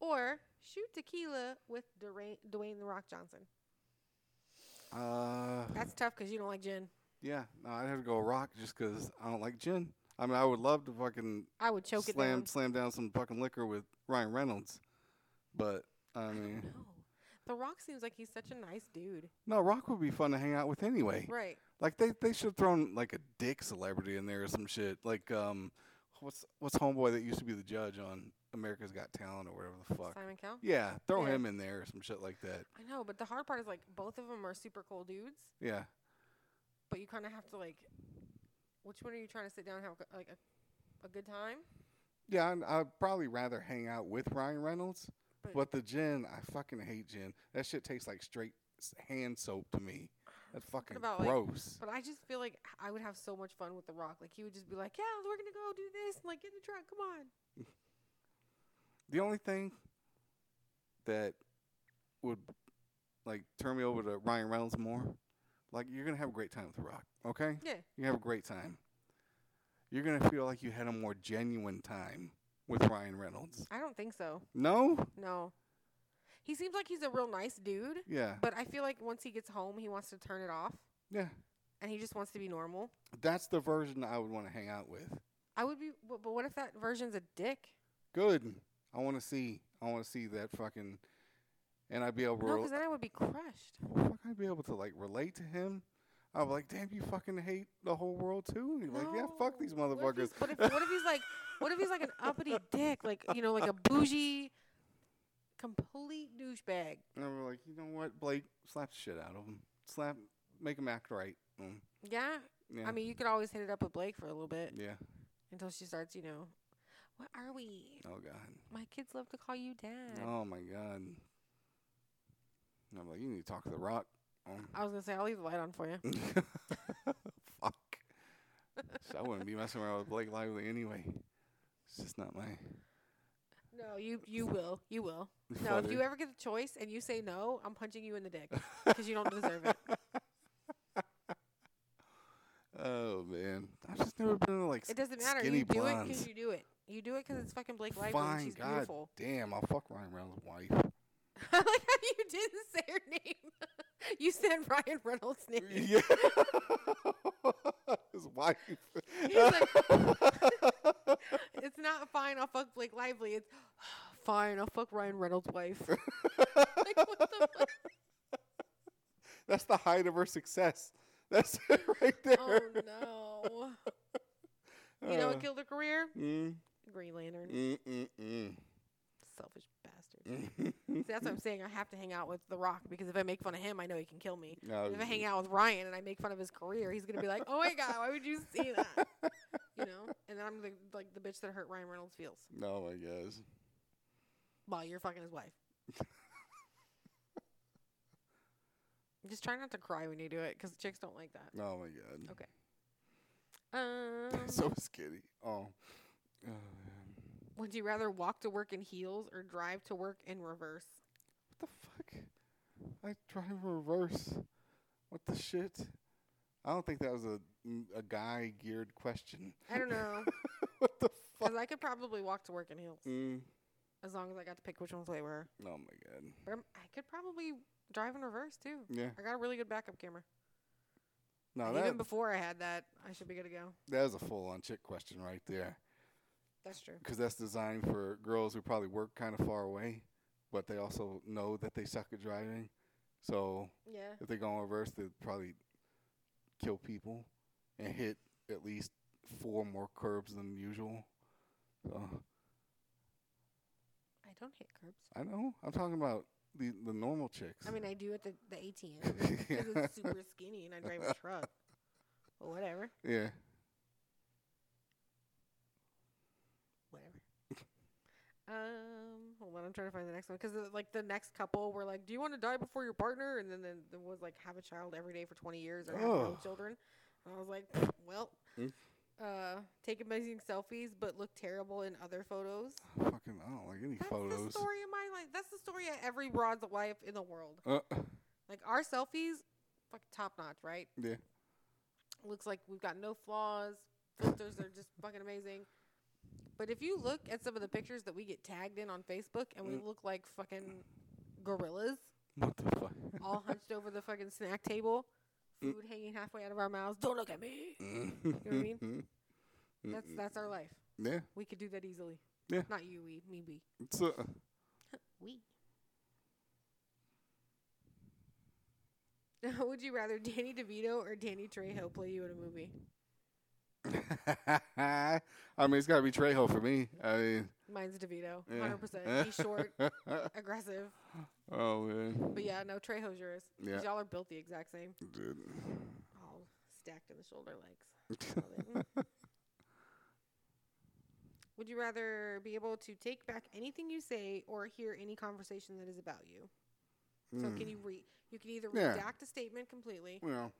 A: or shoot tequila with Dwayne, Dwayne The Rock Johnson?
B: Uh,
A: That's tough because you don't like gin.
B: yeah. No, I'd have to go rock just 'cause I don't like gin. I mean, I would love to fucking
A: I would choke it
B: slam
A: down.
B: slam down some fucking liquor with Ryan Reynolds, but I
A: I
B: mean,
A: don't know. The Rock seems like he's such a nice dude.
B: no, Rock would be fun to hang out with anyway.
A: Right.
B: Like they they should have thrown like a dick celebrity in there or some shit. Like um, what's what's homeboy that used to be the judge on America's Got Talent or whatever the fuck.
A: Simon Cowell.
B: Yeah, throw
A: Yeah.
B: him in there or some shit like that.
A: I know, but the hard part is like both of them are super cool dudes,
B: Yeah,
A: but you kind of have to like, which one are you trying to sit down and have a g- like a, a good time?
B: yeah. I'd, I'd probably rather hang out with Ryan Reynolds,
A: But-
B: but, the gin, I fucking hate gin. That shit tastes like straight s- hand soap to me. That's fucking
A: about, like, uh,
B: gross.
A: But I just feel like I would have so much fun with The Rock. Like he would just be like, "Yeah, we're gonna go do this," and like get in the truck, come on.
B: The only thing that would like turn me over to Ryan Reynolds more, like you're gonna have a great time with The Rock, okay?
A: Yeah.
B: You have a great time. You're gonna feel like you had a more genuine time with Ryan Reynolds.
A: I don't think so.
B: No?
A: No. He seems like he's a real nice dude,
B: Yeah.
A: but I feel like once he gets home, he wants to turn it off
B: Yeah.
A: and he just wants to be normal.
B: That's the version I would want to hang out with.
A: I would be, but, but what if that version's a dick?
B: Good. I want to see. I want to see that fucking. And I'd be able.
A: No,
B: to
A: because then I would be crushed.
B: fuck, I'd be able to like relate to him. I'd be like, damn, you fucking hate the whole world too. And you're like, yeah, fuck these
A: No. What if
B: motherfuckers.
A: he's- What if, what if, he's like, what if he's like an uppity dick, like you know, like a bougie, complete douchebag?
B: And I'm like, you know what, Blake, slap the shit out of him. Slap, make him act right. Mm,
A: Yeah?
B: Yeah.
A: I mean, you could always hit it up with Blake for a little bit
B: yeah.
A: until she starts, you know, what are we?
B: Oh god.
A: My kids love to call you dad.
B: Oh my god. And I'm like, you need to talk to the Rock. Mm.
A: I was gonna say I'll leave the light on for you.
B: Fuck. so I wouldn't be messing around with Blake Lively anyway. It's just not my.
A: No, you you will, you will. No, if
B: Funny.
A: you ever get the choice and you say no, I'm punching you in the dick because you don't deserve it.
B: Oh man, I've just never been into, like
A: It doesn't matter.
B: Skinny
A: you do it 'cause
B: blondes.
A: you do it. You do it 'cause it's fucking Blake Lively and
B: Fine,
A: she's
B: God
A: beautiful.
B: damn, I'll fuck Ryan Reynolds' wife.
A: I like how you didn't say her name. you said Ryan Reynolds' name.
B: yeah, his wife.
A: He's like- It's not fine. I'll fuck Blake Lively. It's fine. I'll fuck Ryan Reynolds' wife. like what the fuck?
B: That's the height of her success. That's it right there.
A: Oh no. Um, You know
B: Uh,
A: what killed her career?
B: mm,
A: Green Lantern.
B: mm, mm, mm,
A: Selfish bastard.
B: mm.
A: See, that's what I'm saying. I have to hang out with The Rock because if I make fun of him, I know he can kill me.
B: No,
A: If I hang out with Ryan and I make fun of his career, he's gonna be like, "Oh my god, why would you say that?" You know. And then I'm the, like the bitch that hurt Ryan Reynolds' feels
B: no, my guess.
A: while you're fucking his wife. Just try not to cry when you do it, 'cause chicks don't like that.
B: Oh my god.
A: Okay. Um,
B: so skinny. Oh. oh man.
A: would you rather walk to work in heels or drive to work in reverse?
B: What the fuck? I drive reverse. What the shit? I don't think that was a mm, a guy geared question.
A: I don't know,
B: what the fuck?
A: 'cause I could probably walk to work in heels
B: Mm.
A: as long as I got to pick which ones they were.
B: Oh my god.
A: But I'm, I could probably drive in reverse too.
B: Yeah.
A: I got a really good backup camera.
B: No,
A: And
B: that
A: even before I had that, I should be good to go.
B: that is a full on chick question right there.
A: That's true.
B: Because that's designed for girls who probably work kind of far away, but they also know that they suck at driving. So
A: Yeah.
B: if they go in reverse, they'd probably kill people and hit at least four more curbs than usual. Uh, So.
A: I don't hit curbs.
B: I know. I'm talking about the the normal chicks.
A: I mean, I do at the, the ATM because it's super skinny and I drive a truck. But whatever.
B: yeah.
A: Whatever. Um, hold on, I'm trying to find the next one because like the next couple were like, "Do you want to die before your partner?" And then then there was like, "Have a child every day for 20 years or have no
B: Ugh.
A: children." And I was like, "Well,
B: Mm.
A: uh, take amazing selfies but look terrible in other photos."
B: Fucking, I don't like any
A: That's the
B: photos.
A: story of my life. That's the story of every broad's life in the world.
B: Uh,
A: Like our selfies, fuck top notch, right?
B: yeah.
A: Looks like we've got no flaws. Filters are just fucking amazing. But if you look at some of the pictures that we get tagged in on Facebook and we
B: Mm.
A: look like fucking gorillas,
B: What the fuck?
A: all hunched over the fucking snack table,
B: Mm.
A: food hanging halfway out of our mouths. Don't look at me.
B: you
A: I mean? That's that's our life.
B: Yeah.
A: We could do that easily.
B: Yeah.
A: Not you, we, me, we.
B: It's uh,
A: We. Would you rather Danny DeVito or Danny Trejo play you in a movie?
B: I mean, it's got to be Trejo for me. I mean,
A: Mine's DeVito,
B: yeah.
A: hundred percent. He's short, aggressive,
B: oh man.
A: but yeah, no, Trejo's yours. 'Cause
B: Yeah.
A: y'all are built the exact same,
B: Dude.
A: all stacked in the shoulder legs. Love it. Would you rather be able to take back anything you say or hear any conversation that is about you? So can
B: Mm.
A: you re? You can either
B: Yeah.
A: redact a statement completely
B: Well,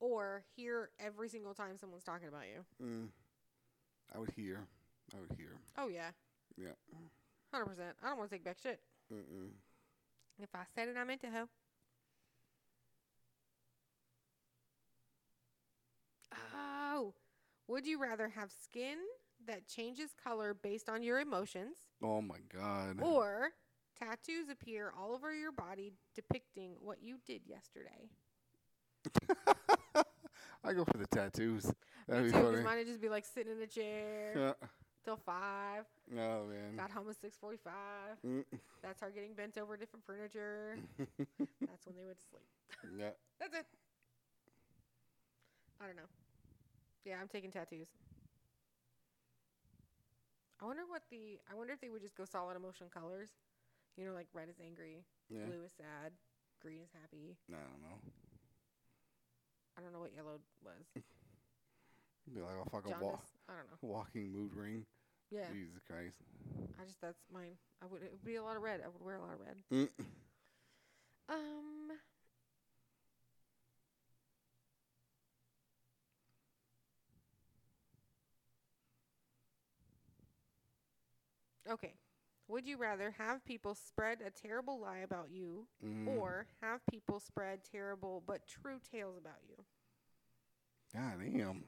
A: or hear every single time someone's talking about you.
B: mm, I would hear. I would hear.
A: Oh yeah.
B: Yeah.
A: Hundred percent. I don't want to take back shit.
B: Mm-mm.
A: If I said it, I meant it, ho. Oh, would you rather have skin that changes color based on your emotions,
B: Oh my god.
A: or tattoos appear all over your body depicting what you did yesterday?
B: I go for the tattoos. That'd
A: Me
B: be
A: too, 'cause
B: funny.
A: mine'd just be like sitting in a chair
B: Yeah.
A: till five.
B: Oh man.
A: Got home at six forty-five.
B: Mm.
A: That's her getting bent over different furniture. That's when they went to sleep.
B: yeah.
A: That's it. I don't know. Yeah, I'm taking tattoos. I wonder what the. I wonder if they would just go solid emotion colors. You know, like red is angry,
B: Yeah.
A: blue is sad, green is happy.
B: I don't know.
A: I don't know what yellow was.
B: Be like, I'll fuck a
A: Jaundice.
B: wa-
A: I don't know.
B: walking mood ring.
A: Yeah,
B: Jesus Christ.
A: I just that's mine. I would. It would be a lot of red. I would wear a lot of red.
B: Mm.
A: Um. Okay. Would you rather have people spread a terrible lie about you
B: Mm.
A: or have people spread terrible but true tales about you?
B: God damn.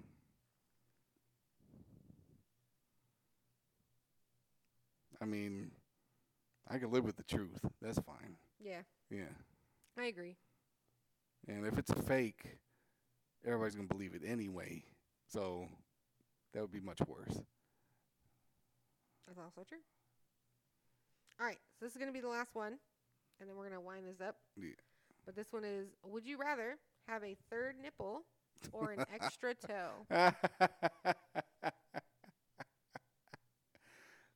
B: I mean, I can live with the truth. That's fine.
A: Yeah,
B: Yeah.
A: I agree.
B: And if it's a fake, everybody's gonna believe it anyway. So that would be much worse.
A: That's also true. All right, so this is going to be the last one, and then we're going to wind this up.
B: Yeah.
A: But this one is Would you rather have a third nipple or an extra toe?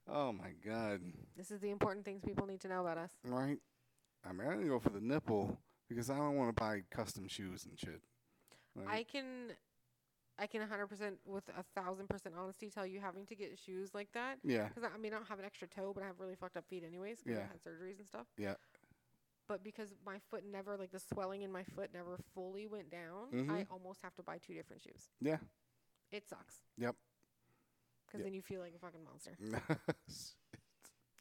B: oh my god.
A: This is the important things people need to know about us.
B: Right? I mean I didn't go for the nipple because I don't wanna buy custom shoes and shit.
A: I can, I can 100% with a thousand percent honesty tell you having to get shoes like that.
B: yeah.
A: Because I, I mean, I don't have an extra toe, but I have really fucked up feet anyways. Because
B: Yeah.
A: I had surgeries and stuff.
B: Yeah.
A: But because my foot never, like the swelling in my foot never fully went down, I
B: Mhm.
A: almost have to buy two different shoes.
B: Yeah.
A: It sucks.
B: Yep.
A: Because
B: Yep.
A: then you feel like a fucking monster.
B: Mm, you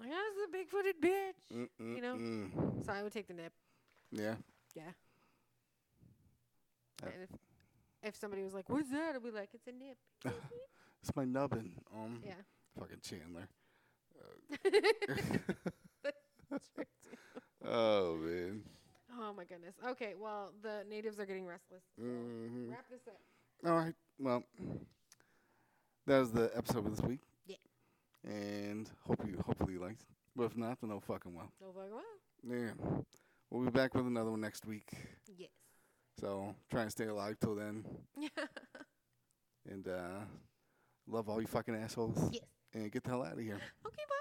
A: Like, "Ah, that's the big footed bitch.
B: Mm.
A: know? So I would take the nip.
B: Yeah. Yep.
A: And if, if somebody was like, what is that? I'd be like, it's a nip.
B: It's my nubbin. Um
A: Yeah.
B: fucking Chandler. oh man.
A: oh my goodness. Okay, well, the natives are getting restless. so
B: Mhm.
A: Wrap this up.
B: All right. Well, that was the episode for this week.
A: Yeah.
B: And hope you hopefully you liked. it. But if not, then no fucking well.
A: No fucking well.
B: Yeah. We'll be back with another one next week.
A: Yes.
B: So try and stay alive till then. And uh, love all you fucking assholes.
A: Yes.
B: And get the hell out of here.
A: okay, bye.